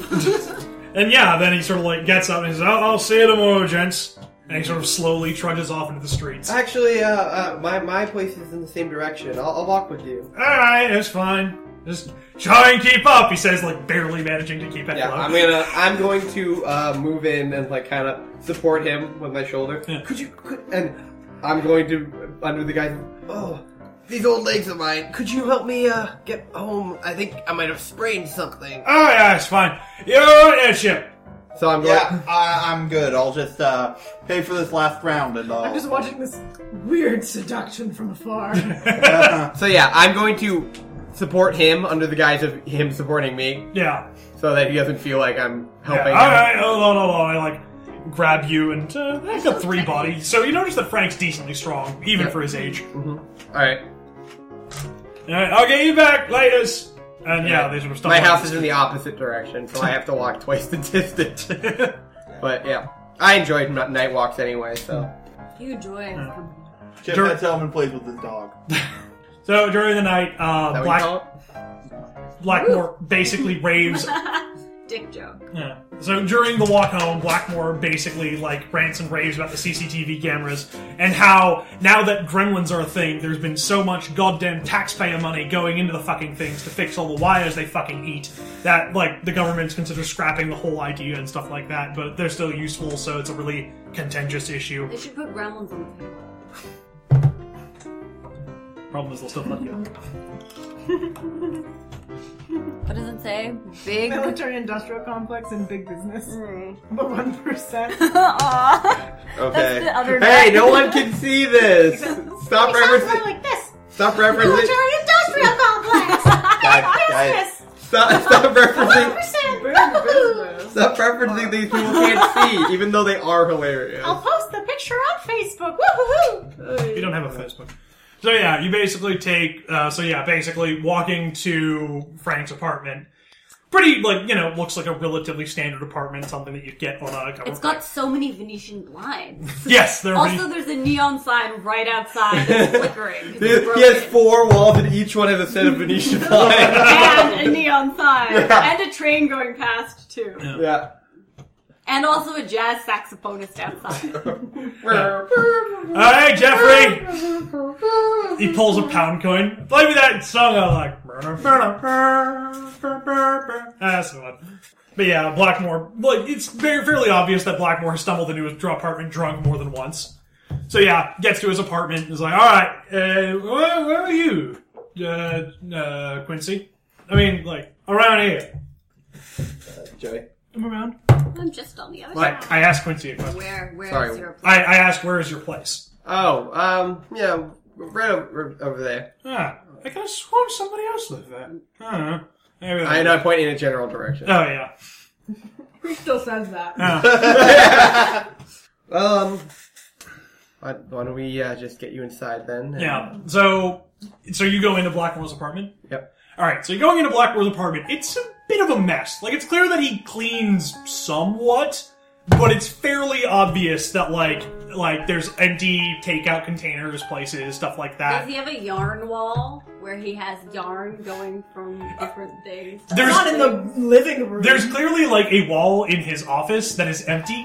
S5: and yeah, then he sort of like gets up and he says, "I'll, I'll see you tomorrow, gents." And he sort of slowly trudges off into the streets. All
S2: Actually, uh, uh, my my place is in the same direction. I'll, I'll walk with you.
S5: right, it's fine. Just try and keep up, he says, like barely managing to keep it
S2: Yeah,
S5: low.
S2: I'm gonna I'm going to uh, move in and like kind of support him with my shoulder. Could you? Could, and I'm going to uh, under the guy's. Oh, these old legs of mine. Could you help me uh, get home? I think I might have sprained something.
S5: Oh yeah, it's fine. You're an airship.
S2: So I'm going.
S4: Yeah, I, I'm good. I'll just uh, pay for this last round and uh, all.
S6: I'm just watching this weird seduction from afar.
S2: So yeah, I'm going to support him under the guise of him supporting me,
S5: Yeah.
S2: so that he doesn't feel like I'm
S5: Yeah,
S2: helping.
S5: all
S2: him.
S5: right, hold on, hold on. I like grab you and uh, I've got three body. So you notice that Frank's decently strong, even for his age.
S2: Mm-hmm. All right.
S5: All right, I'll get you back, laters. And yeah, they sort of stop.
S2: My house is in the opposite direction, so I have to walk twice the distance. but yeah, I enjoyed n- night walks anyway. So
S7: you joy.
S4: Chip
S5: Dur-
S4: Hellman plays with his dog.
S5: So during the night,
S2: that
S5: uh,
S2: we call
S5: Black
S2: it?
S5: Blackmore basically raves.
S7: Dick joke.
S5: Yeah. So during the walk home, Blackmore basically like rants and raves about the CCTV cameras and how now that gremlins are a thing, there's been so much goddamn taxpayer money going into the fucking things to fix all the wires they fucking eat that like the government's considered scrapping the whole idea and stuff like that. But they're still useful, so it's a really contentious issue.
S7: They should put gremlins on the table.
S5: Problem is they'll still let you.
S7: What does it say? Big.
S6: Military industrial complex and big business.
S7: Mm.
S6: The one percent.
S7: Aw.
S2: Okay.
S7: the other
S2: hey,
S7: guy.
S2: no one can see this. Stop referencing.
S6: like this.
S2: Stop referencing.
S6: industrial complex.
S4: Guys, guys,
S2: Stop, stop referencing.
S6: Big business.
S2: Stop referencing these people can't see, even though they are hilarious.
S6: post the picture on Facebook. Woohoo!
S5: You don't have a Facebook. So yeah, you basically take. Uh, so yeah, basically walking to Frank's apartment. Pretty like you know looks like a relatively standard apartment, something that you'd get on a.
S7: It's got so many Venetian blinds.
S5: yes, there.
S7: Also, there's a neon sign right outside that's flickering.
S2: He has four walls, and each one has a set of Venetian blinds.
S7: and a neon sign. And a train going past, too.
S2: yeah.
S7: And also a jazz saxophonist outside.
S5: All right, Jeffrey. he pulls a pound coin. Play me that song I like. That's the one. Ah, But yeah, Blackmore. Like it's very fairly obvious that Blackmore stumbled into his dr- apartment drunk more than once. So yeah, gets to his apartment and is like, "All right, uh, where, where are you, uh, uh, Quincy? I mean, like around here."
S2: Joey.
S5: I'm around.
S7: I'm just on the other
S5: I,
S7: side.
S5: I asked Quincy a question.
S7: Where, where is
S2: Sorry.
S7: your place?
S5: I, I asked, "Where is your place?"
S2: Oh, um, yeah, right over, over there.
S5: Ah, I could have sworn somebody else lived there. Huh. Maybe they-
S2: I know, pointing in a general direction.
S5: Oh yeah. Uh,
S6: Who still says that?
S2: Um, why, why don't we uh, just get you inside then? and-
S5: Yeah. So so you go into Blackmore's apartment?
S2: Yep.
S5: Alright, so you're going into Blackmore's apartment. It's a bit of a mess. Like it's clear that he cleans somewhat, but it's fairly obvious that like like there's empty takeout containers, places, stuff like
S7: Does
S2: Ah.
S5: that.
S7: he have a yarn wall where he has yarn going from different things?
S5: There's-
S6: Not in the living room.
S5: There's clearly like a wall in his office that is empty.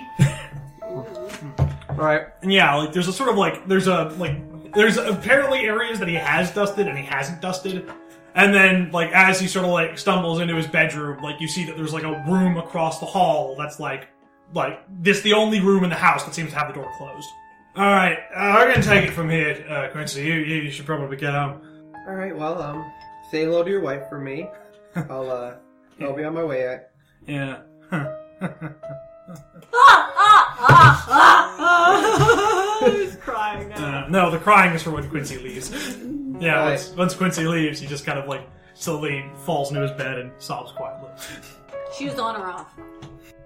S2: All right.
S5: And yeah, like there's a sort of like there's a like there's apparently areas that he has dusted and he hasn't dusted. And then like as he sort of like stumbles into his bedroom, like you see that there's like a room across the hall that's like like this the only room in the house that seems to have the door closed. All right, uh, we're gonna take it from here, uh, Quincy. You, you you should probably get home.
S2: All right. Well, um, say hello to your wife for me. I'll uh, I'll be on my way. I-
S5: Yeah.
S7: Ah, ah, ah, ah, ah. He's crying now.
S5: Uh, no, the crying is for when Quincy leaves. Yeah,
S2: Right.
S5: once, once Quincy leaves, he just kind of like slowly falls into his bed and sobs quietly.
S7: Shoes on or off?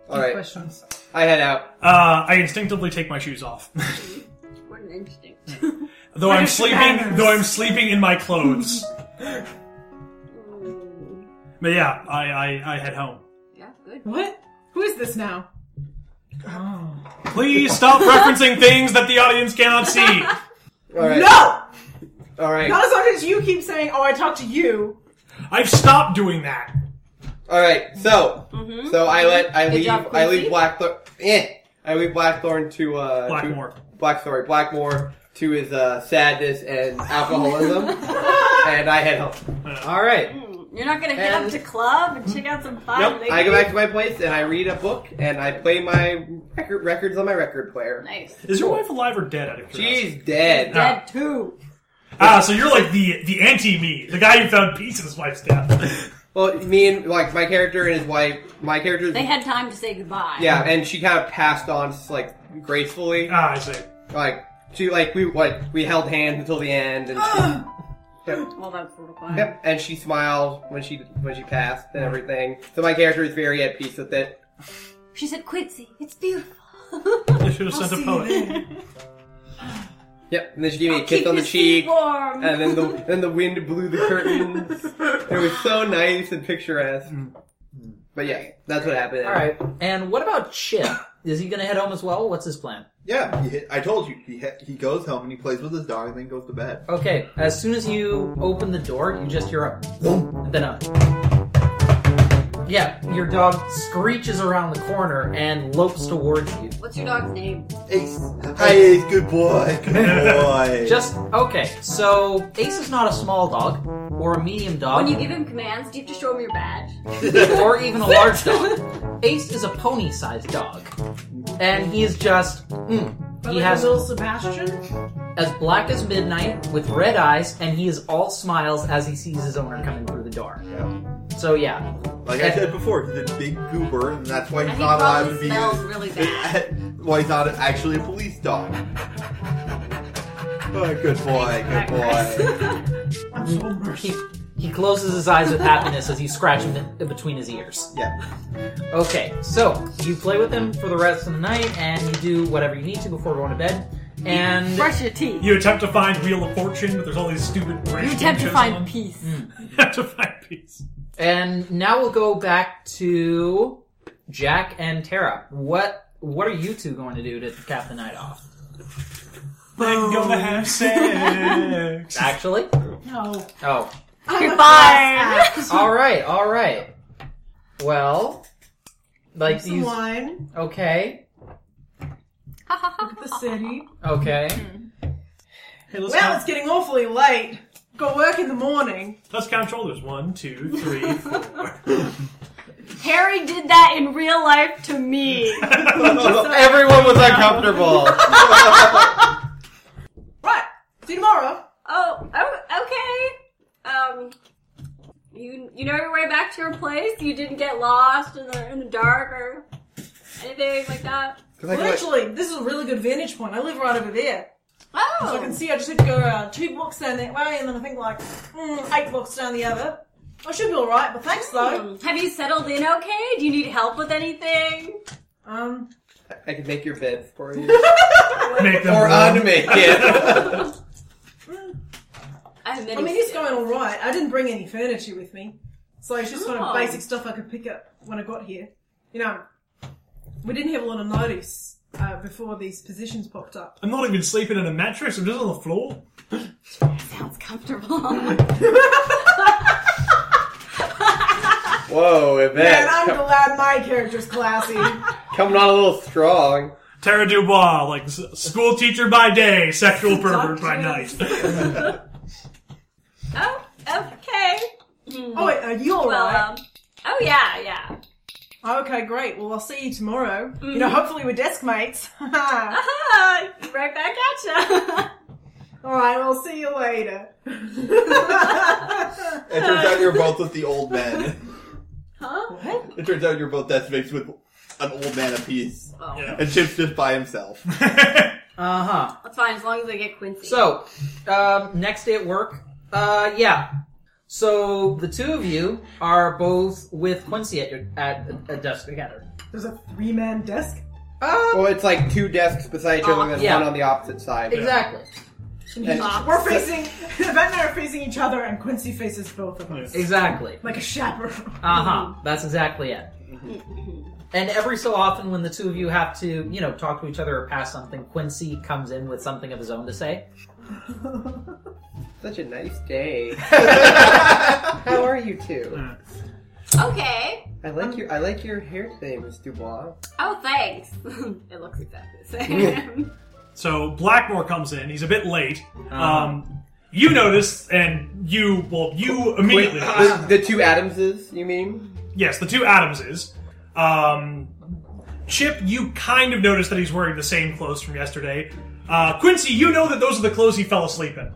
S2: All right.
S6: questions.
S2: I head out.
S5: Uh, I instinctively take my shoes off.
S7: What an instinct.
S2: Hmm.
S5: Though I'm
S6: British
S5: sleeping,
S6: manners.
S5: though I'm sleeping in my clothes. But yeah, I, I, I head home.
S7: Yeah, good.
S6: What? Who is this now?
S5: Please stop referencing things that the audience cannot see.
S2: All right.
S6: No!
S2: All right.
S6: Not as long as you keep saying, oh, I talked to you.
S5: I've stopped doing that.
S2: All right. So, so I let I
S7: Good
S2: leave
S7: job,
S2: I
S7: Quincy.
S2: leave Blackthorn. Eh, I leave Blackthorn to uh
S5: Blackmore.
S2: to, Black sorry Blackmore to his uh, sadness and alcoholism, and I head home.
S7: Uh,
S5: Uh,
S1: All right.
S7: Mm, You're not gonna hit
S2: And-
S7: up to club and check out some fine
S2: Nope.
S7: ladies?
S2: I go back to my place and I read a book and I play my record records on my record player.
S7: Nice.
S5: Is your wife alive or dead? Out of curiosity?
S2: She's dead.
S5: Yeah.
S7: Dead too.
S5: Ah, so you're like the the anti me, the guy who found peace in his wife's death.
S2: Well, me and like my character and his wife. My character.
S7: They had time to say goodbye.
S2: yeah, and she kind of passed on just like gracefully.
S5: ah, I see.
S2: Like she like we like we held hands until the end, and yep,
S7: Well, that's sort of fun.
S2: yep, and she smiled when she when she passed and everything. So my character is very at peace with it.
S7: She said, "Quincy, it's beautiful."
S5: They should have sent a poet.
S2: Yep, and then she gave me a
S7: I'll
S2: kiss
S7: keep
S2: on the
S7: your feet
S2: cheek,
S7: warm.
S2: and then the then the wind blew the curtains. it was so nice and picturesque. But yeah, that's what happened.
S1: All right. And what about Chip? Is he gonna head home as well? What's his plan?
S4: Yeah, he hit, I told you. He hit, he goes home and he plays with his dog and then goes to bed.
S1: Okay. As soon as you open the door, you just hear a boom, and then a. Yeah, your dog screeches around the corner and lopes towards you.
S7: What's your dog's name?
S4: Ace, hi, Ace, good boy, good boy.
S1: Just okay. So Ace is not a small dog or a medium dog.
S7: When
S4: Um,
S7: you give him commands, do you have to show him your badge?
S1: or even a large dog. Ace is a pony-sized dog, and he is just mm.
S6: But
S1: he
S6: like
S1: has
S6: a little Sebastian?
S1: as black as midnight with red eyes, and he is all smiles as he sees his owner coming through the door. So yeah,
S4: like I said before, he's a big goober, and that's why
S7: And
S4: he's
S7: he
S4: not allowed
S7: probably
S4: to be.
S7: smells really bad.
S4: why he's not actually a police dog. Oh, good boy, good boy.
S6: I'm so immersed.
S1: he he closes his eyes with happiness as you scratch him in- between his ears.
S4: Yeah.
S1: Okay, so you play with him for the rest of the night, and you do whatever you need to before going to bed. And
S7: Brush your teeth.
S5: You attempt to find Wheel of Fortune, but there's all these stupid.
S7: You attempt to find peace.
S4: Mm.
S5: You attempt to find peace.
S1: And now we'll go back to Jack and Tara. What what are you two going to do to cap the night off?
S5: Then
S7: Oh.
S5: go to have sex.
S1: Actually?
S6: No.
S1: Oh.
S7: Goodbye.
S1: Alright, alright. Well like
S6: Some
S1: these
S6: wine.
S1: Okay.
S6: Look at the city.
S1: Okay.
S5: Hey, let's,
S6: Well, it's
S5: count,
S6: getting awfully late. Go work in the morning.
S5: let's count shoulders. One, two, three, four.
S7: Harry did that in real life to me.
S2: Everyone was uncomfortable.
S6: Right. See you tomorrow.
S7: Oh, oh, okay. Um, you you know your way back to your place. You didn't get lost in the in the dark or anything like that.
S4: 'Cause I
S6: Well,
S4: can, like-
S6: actually, this is a really good vantage point. I live right over there. So I can
S7: Oh,
S6: see, I just have to go uh, two blocks down that way, and then I think like mm, eight blocks down the other. I should be alright, but thanks though.
S7: Um, have you settled in okay? Do you need help with anything?
S6: Um,
S2: I can make your bed for you,
S5: Make them
S2: or
S5: run.
S2: unmake it.
S7: I have many.
S6: I mean, it's going alright. I didn't bring any furniture with me. So it's just kind
S7: Oh.
S6: of basic stuff I could pick up when I got here. You know, we didn't have a lot of notice uh, before these positions popped up.
S5: I'm not even sleeping in a mattress. I'm just on the floor.
S7: sounds comfortable.
S2: Whoa,
S6: Man,
S2: event
S6: I'm
S2: com-
S6: glad my character's classy.
S2: coming on a little strong.
S5: Tara Dubois, like s- school teacher by day, sexual pervert by night.
S6: Doctors.
S7: oh, okay. Hmm.
S6: oh, wait, are you
S7: Well,
S6: alright?
S7: um, oh yeah, yeah.
S6: Okay, great. Well, I'll see you tomorrow. You
S7: Mm-hmm.
S6: know, hopefully we're desk mates. All right,
S7: Ah, right back at
S6: I'll see you later.
S4: it turns out you're both with the old man.
S7: Huh?
S4: It turns out you're both desk mates with an old man apiece,
S7: Oh,
S5: Yeah.
S4: and Chip's just by himself.
S1: Uh-huh.
S7: that's fine as long as I get Quincy.
S1: So, um, next day at work. Uh yeah. So the two of you are both with Quincy at your at, at desk together.
S6: There's a three man desk?
S1: Uh,
S2: Well, it's like two desks beside each other, and then
S1: Yeah.
S2: one on the opposite side.
S1: Exactly.
S7: Box.
S6: We're facing, Yvette and I are facing each other, and Quincy faces both of us.
S1: Exactly.
S6: Like a chaperone.
S1: Uh
S5: Uh-huh.
S1: huh. That's exactly it. And every so often, when the two of you have to, you know, talk to each other or pass something, Quincy comes in with something of his own to say.
S2: Such a nice day. How are you two?
S7: Okay.
S2: I like your I like your hair today, Miss Dubois.
S7: Oh, thanks. it looks exactly the same.
S5: So Blackmore comes in. He's a bit late. Um, you notice, and you well, you immediately.
S2: The, the two Adamses, you mean?
S5: yes, the two Adamses. Um, Chip, you kind of notice that he's wearing the same clothes from yesterday. Uh, Quincy, you know that those are the clothes he fell asleep in.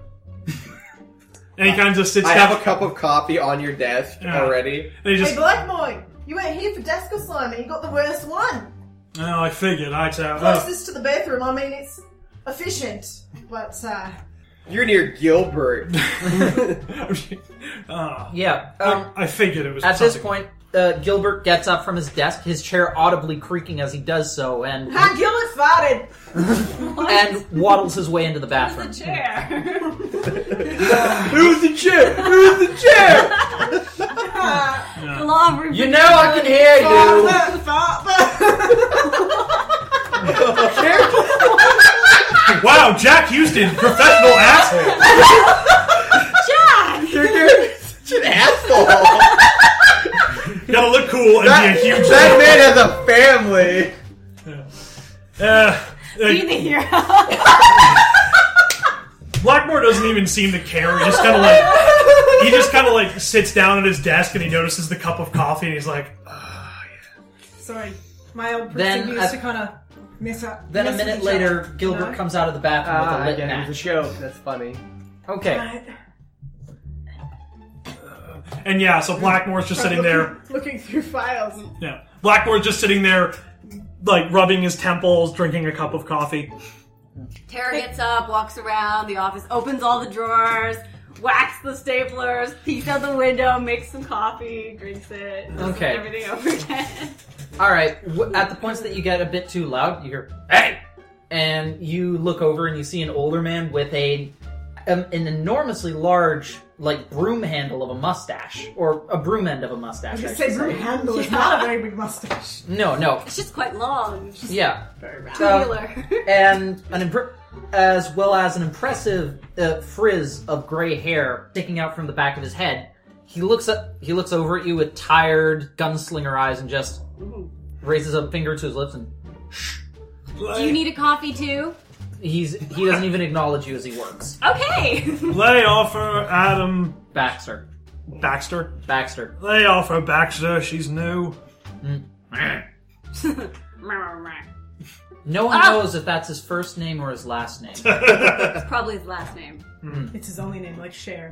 S5: and he kind of just sits
S2: I
S5: down.
S2: have a cup of coffee on your desk
S5: Yeah.
S2: already.
S5: and he
S6: Hey,
S5: just,
S6: Blackboy, you went here for desk assignment. You got the worst one.
S5: oh, I figured. I tell. oh."
S6: Closest to the bathroom. I mean, it's efficient, but uh,
S2: You're near Gilbert.
S5: Ah,
S1: Yeah. Um,
S5: oh. I figured it was.
S1: at this
S5: something.
S1: point, uh, Gilbert gets up from his desk, his chair audibly creaking as he does so, and
S6: ah, Gilbert farted.
S1: and waddles his way into the bathroom.
S7: the chair.
S2: Who's the chair? Who's the chair?
S6: Uh,
S7: Law of
S1: You know I can hear
S2: Oh,
S1: you.
S6: Farther, farther.
S5: Wow, Jack Houston, professional athlete.
S7: Jack!
S2: You're, you're such an asshole.
S5: Gotta look cool and
S2: That,
S5: be a huge.
S2: that man has a family.
S5: Uh,
S7: Be
S5: like,
S7: the hero.
S5: Blackmore doesn't even seem to care. He just kind of like he just kind of like sits down at his desk and he notices the cup of coffee and he's like,
S6: Sorry, my old
S1: Then
S6: person used
S1: a-
S6: to kind of mess up.
S1: Then a
S6: mess with
S1: minute
S6: each other.
S1: later, Gilbert
S6: No?
S1: comes out of the bathroom with a lit
S2: it was
S1: match.
S2: Ah, a joke. That's funny.
S1: Okay.
S5: and yeah, so Blackmore's just sitting there.
S6: looking through files.
S5: Yeah, Blackmore's just sitting there, like rubbing his temples, drinking a cup of coffee.
S7: Tara gets up, walks around the office, opens all the drawers, whacks the staplers, peeks out the window, makes some coffee, drinks it. does
S1: Okay.
S7: Everything over again.
S1: All right. W- at the points that you get a bit too loud, you hear "Hey," and you look over and you see an older man with a um, an enormously large like broom handle of a mustache or a broom end of a mustache. I
S6: Just
S1: should
S6: say Bruce
S1: say.
S6: Handle is not a very big mustache.
S1: No, no,
S7: It's just quite long. It's just
S1: yeah, Uh,
S7: tubular.
S1: and an impre- as well as an impressive uh, frizz of gray hair sticking out from the back of his head. He looks up. He looks over at you with tired gunslinger eyes and just raises a finger to his lips and
S7: Do you need a coffee too?
S1: he's he doesn't even acknowledge you as he works.
S7: Okay.
S5: Lay offer Adam
S1: Baxter.
S5: Baxter.
S1: Baxter.
S5: Lay offer Baxter. She's new.
S7: it's
S1: No one
S7: Ah!
S1: knows if that's his first name or his last name.
S7: probably his last name.
S6: It's his only name, like Cher.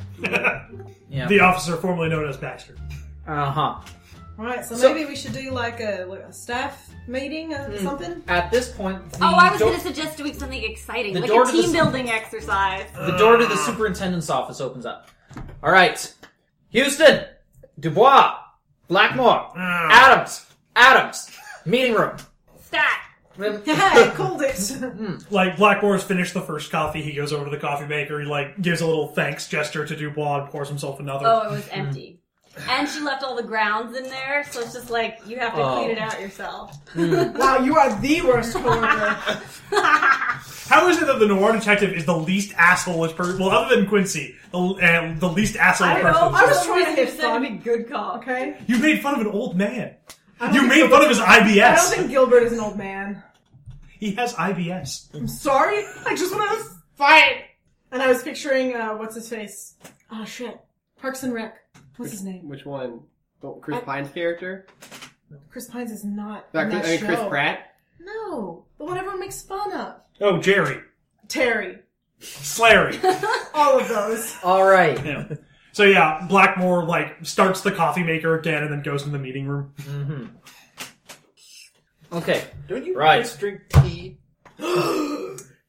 S1: Yeah.
S5: The officer formerly known as Baxter.
S1: Uh huh.
S6: Right, so, Hmm.
S1: So-
S6: maybe we should do like a, like a staff meeting or something.
S1: At this point, the,
S7: Oh, I was
S1: door,
S7: going to suggest doing something exciting,
S1: The
S7: like
S1: door
S7: a
S1: to the
S7: team
S1: s-
S7: building exercise.
S1: the door to the superintendent's office opens up. All right, Houston, Dubois, Blackmore, Adams, Adams, meeting room.
S7: Stat.
S6: Hey, called it.
S5: Like Blackmore's finished the first coffee, he goes over to the coffee maker. He like gives a little thanks gesture to Dubois and pours himself another.
S7: Oh, it was empty. And she left all the grounds in there, so it's just like you have to
S1: Oh.
S7: clean it out yourself.
S6: wow, you are the worst coroner.
S5: How is it that the noir detective is the least assholeish person? Well, other than Quincy, the, uh, the least asshole
S7: I don't know.
S5: person.
S6: I was
S7: For some
S6: trying to
S7: reason,
S6: have
S7: it said to
S6: fun.
S7: be good call.
S6: Okay.
S5: You made fun of an old man.
S6: don't
S5: You
S6: think
S5: made
S6: so.
S5: fun of his
S6: I don't
S5: IBS.
S6: think Gilbert is an old man.
S5: He has IBS.
S6: I'm sorry. I just want to fight. And I was picturing uh, what's his face. Oh shit, Parks and Rec. What's his name?
S2: Which one? Oh, Chris Pine's character?
S6: Chris Pines is not.
S2: Not
S6: in
S2: Chris,
S6: that
S2: I mean, Chris
S6: show.
S2: Pratt?
S6: No, the one everyone makes fun of.
S5: Oh, Jerry.
S6: Terry.
S5: Slary.
S6: All of those.
S1: All right,
S5: Yeah. So yeah, Blackmore like starts the coffee maker again and then goes in the meeting room.
S1: okay.
S4: Don't you
S1: Right.
S4: guys drink tea?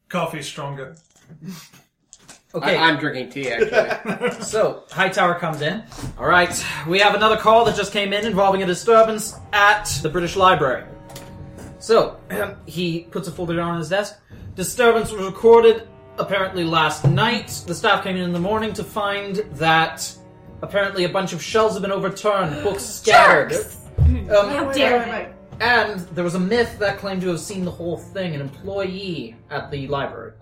S5: Coffee's stronger.
S1: Okay,
S2: I, am drinking tea, actually.
S1: so Hightower comes in. All right, we have another call that just came in involving a disturbance at the British Library. So, he puts a folder down on his desk. Disturbance was recorded apparently last night. The staff came in in the morning to find that apparently a bunch of shelves have been overturned, books scattered. Um,
S7: How
S6: Wait,
S7: dare
S6: wait,
S7: they?
S6: wait,
S1: and there was a myth that claimed to have seen the whole thing, an employee at the library.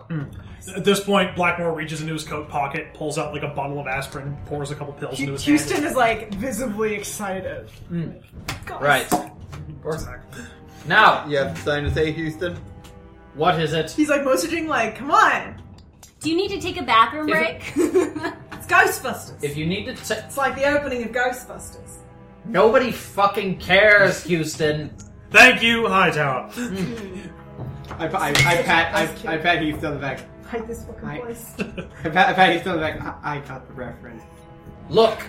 S5: At this point, Blackmore reaches into his coat pocket, pulls out like a bottle of aspirin, pours a couple pills
S6: wait.
S5: into his hand.
S6: Houston is like visibly excited. God.
S1: Now,
S4: You have something to say, Houston?
S1: what is it?
S6: He's like messaging like, come on,
S7: Do you need to take a bathroom
S1: If
S7: break?
S6: it's Ghostbusters.
S1: If you need to t-
S6: it's like the opening of Ghostbusters.
S1: Nobody fucking cares, Houston.
S5: Thank you, Hightower.
S2: I, I, I pat I, I pat Houston on the back.
S6: Like this fucking
S2: Right.
S6: place.
S2: I pat, I pat Houston on the back. I, I got the reference.
S1: Look,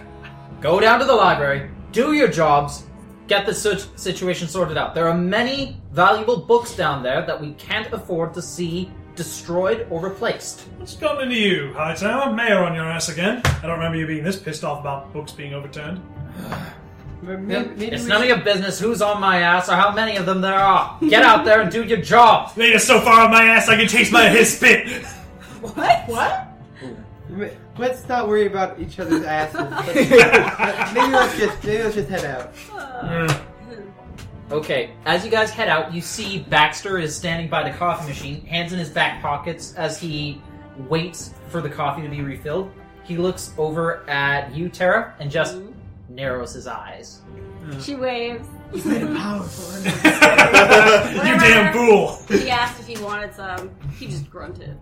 S1: go down to the library, do your jobs, get this sit- situation sorted out. There are many valuable books down there that we can't afford to see destroyed or replaced.
S5: What's gotten into you, Hightower? Mayor on your ass again. I don't remember you being this pissed off about books being overturned.
S1: It's none of your business who's on my ass or how many of them there are. Get out there and do your job.
S5: They are so far on my ass I can taste my his spit.
S6: What? What?
S2: Let's not worry about each other's asses. maybe let's just maybe let's just head out.
S1: Okay, as you guys head out, you see Baxter is standing by the coffee machine, hands in his back pockets as he waits for the coffee to be refilled. He looks over at you, Tara, and just narrows his eyes.
S7: she waves.
S6: He's made it powerful.
S5: you damn fool.
S7: He asked if he wanted some. He just grunted.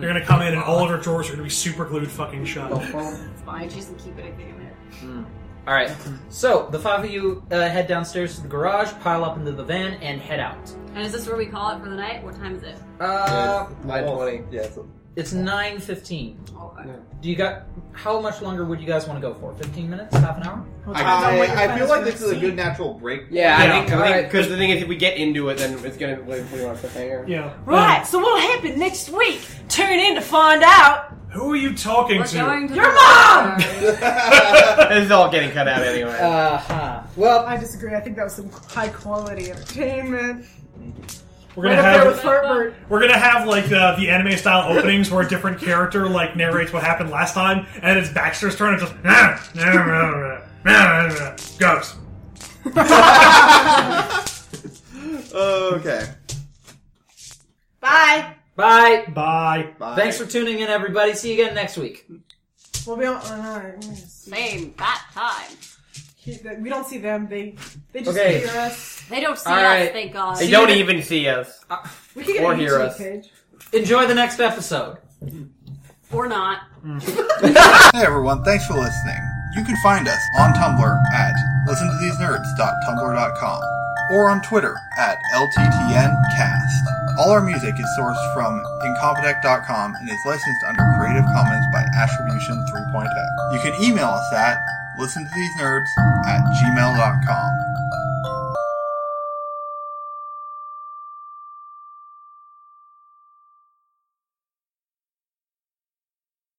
S5: You're gonna come in and all of her drawers are gonna be super glued fucking shut.
S7: It's fine. She doesn't keep anything in there.
S1: All right, so the five of you uh, head downstairs to the garage, pile up into the van, and head out.
S7: And is this where we call it for the night? What time is it?
S1: Uh,
S2: Nine twenty.
S4: Yeah, so
S1: it's nine fifteen.
S7: Oh, okay.
S1: Do you got how much longer would you guys want to go for? Fifteen minutes, half an hour?
S4: I, I feel like this is a good natural break.
S2: Yeah, I
S5: Yeah.
S2: think because
S1: All right.
S2: the thing is, if we get into it, then it's gonna we, we want to cliffhanger.
S5: Yeah.
S3: Right, so what'll happen next week? Tune in to find out.
S5: Um, who are you talking
S7: We're
S5: to?
S7: going to
S3: Your
S7: the
S3: mom!
S7: library.
S2: this is all getting cut out anyway.
S1: Uh huh. Well,
S6: I disagree. I think that was some high quality entertainment.
S5: We're
S6: Right
S5: gonna
S6: up there with
S5: have
S6: Herbert.
S5: we're gonna have like the, the anime style openings where a different character like narrates what happened last time, and it's Baxter's turn and just "Nah, nah, nah, nah, nah, nah, nah, ghost.
S4: okay.
S6: Bye.
S1: bye.
S5: Bye.
S4: Bye.
S1: Thanks for tuning in, everybody. See you again next week.
S6: Well, we don't. Uh, we don't see-
S7: Same bat time.
S6: we don't see them. They they just
S1: Okay.
S6: hear us.
S7: They don't see
S1: All
S7: us,
S1: right.
S7: thank God.
S2: They don't even see us.
S6: We can get
S2: Or
S6: a
S2: hear
S6: YouTube
S2: us.
S6: page.
S1: Enjoy the next episode.
S7: Or not.
S8: Hey everyone, thanks for listening. You can find us on Tumblr at listentothesenerds.tumblr.com or on Twitter at LTTNcast. All our music is sourced from incompetech.com and is licensed under Creative Commons by oh. Attribution 3.0. You can email us at listentothesenerds at gmail.com.